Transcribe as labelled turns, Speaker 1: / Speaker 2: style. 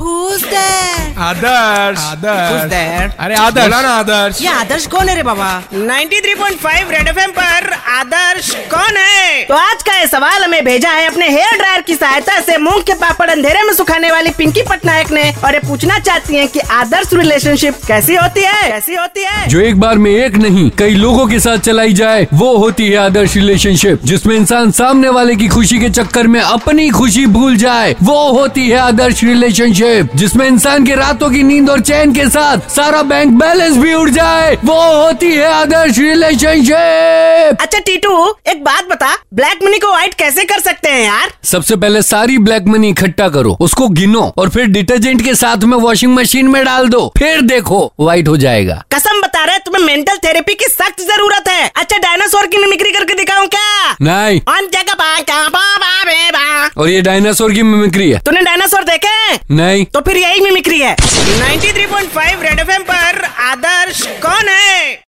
Speaker 1: who's there?
Speaker 2: Adarsh
Speaker 3: Who's
Speaker 2: Adarsh
Speaker 3: there?
Speaker 2: अरे आदर्श बोला ना आदर्श
Speaker 1: ये आदर्श कौन है रे बाबा
Speaker 3: 93.5 रेड एफएम पर आदर्श कौन है
Speaker 1: तो आज का ये सवाल हमें भेजा है अपने हेयर ड्रायर की सहायता से मूंग के पापड़ अंधेरे में सुखाने वाली पिंकी पटनायक ने और ये पूछना चाहती हैं कि आदर्श रिलेशनशिप कैसी होती है कैसी होती है
Speaker 4: जो एक बार में एक नहीं कई लोगों के साथ चलाई जाए वो होती है आदर्श रिलेशनशिप जिसमें इंसान सामने वाले की खुशी के चक्कर में अपनी खुशी भूल जाए वो होती है आदर्श रिलेशनशिप जिसमें इंसान के रातों की नींद और चैन के साथ सारा बैंक बैलेंस भी उड़ जाए वो होती है आदर्श रिलेशनशिप
Speaker 1: अच्छा टीटू एक बात बता ब्लैक मनी को व्हाइट कैसे कर सकते हैं यार
Speaker 4: सबसे पहले सारी ब्लैक मनी इकट्ठा करो उसको गिनो और फिर डिटर्जेंट के साथ में वॉशिंग मशीन में डाल दो फिर देखो व्हाइट हो जाएगा
Speaker 1: कसम बता रहे तुम्हें मेंटल थेरेपी की सख्त जरूरत है अच्छा डायनासोर की मिमिक्री करके दिखाऊं क्या
Speaker 3: Hmm.
Speaker 4: नहीं
Speaker 1: ऑन जगह बा, का, बा, बा, बे, बा।
Speaker 4: और ये डायनासोर की मिमिक्री है
Speaker 1: तूने डायनासोर देखे हैं?
Speaker 4: नहीं
Speaker 1: तो फिर यही मिमिक्री है
Speaker 3: 93.5 रेड एफएम पर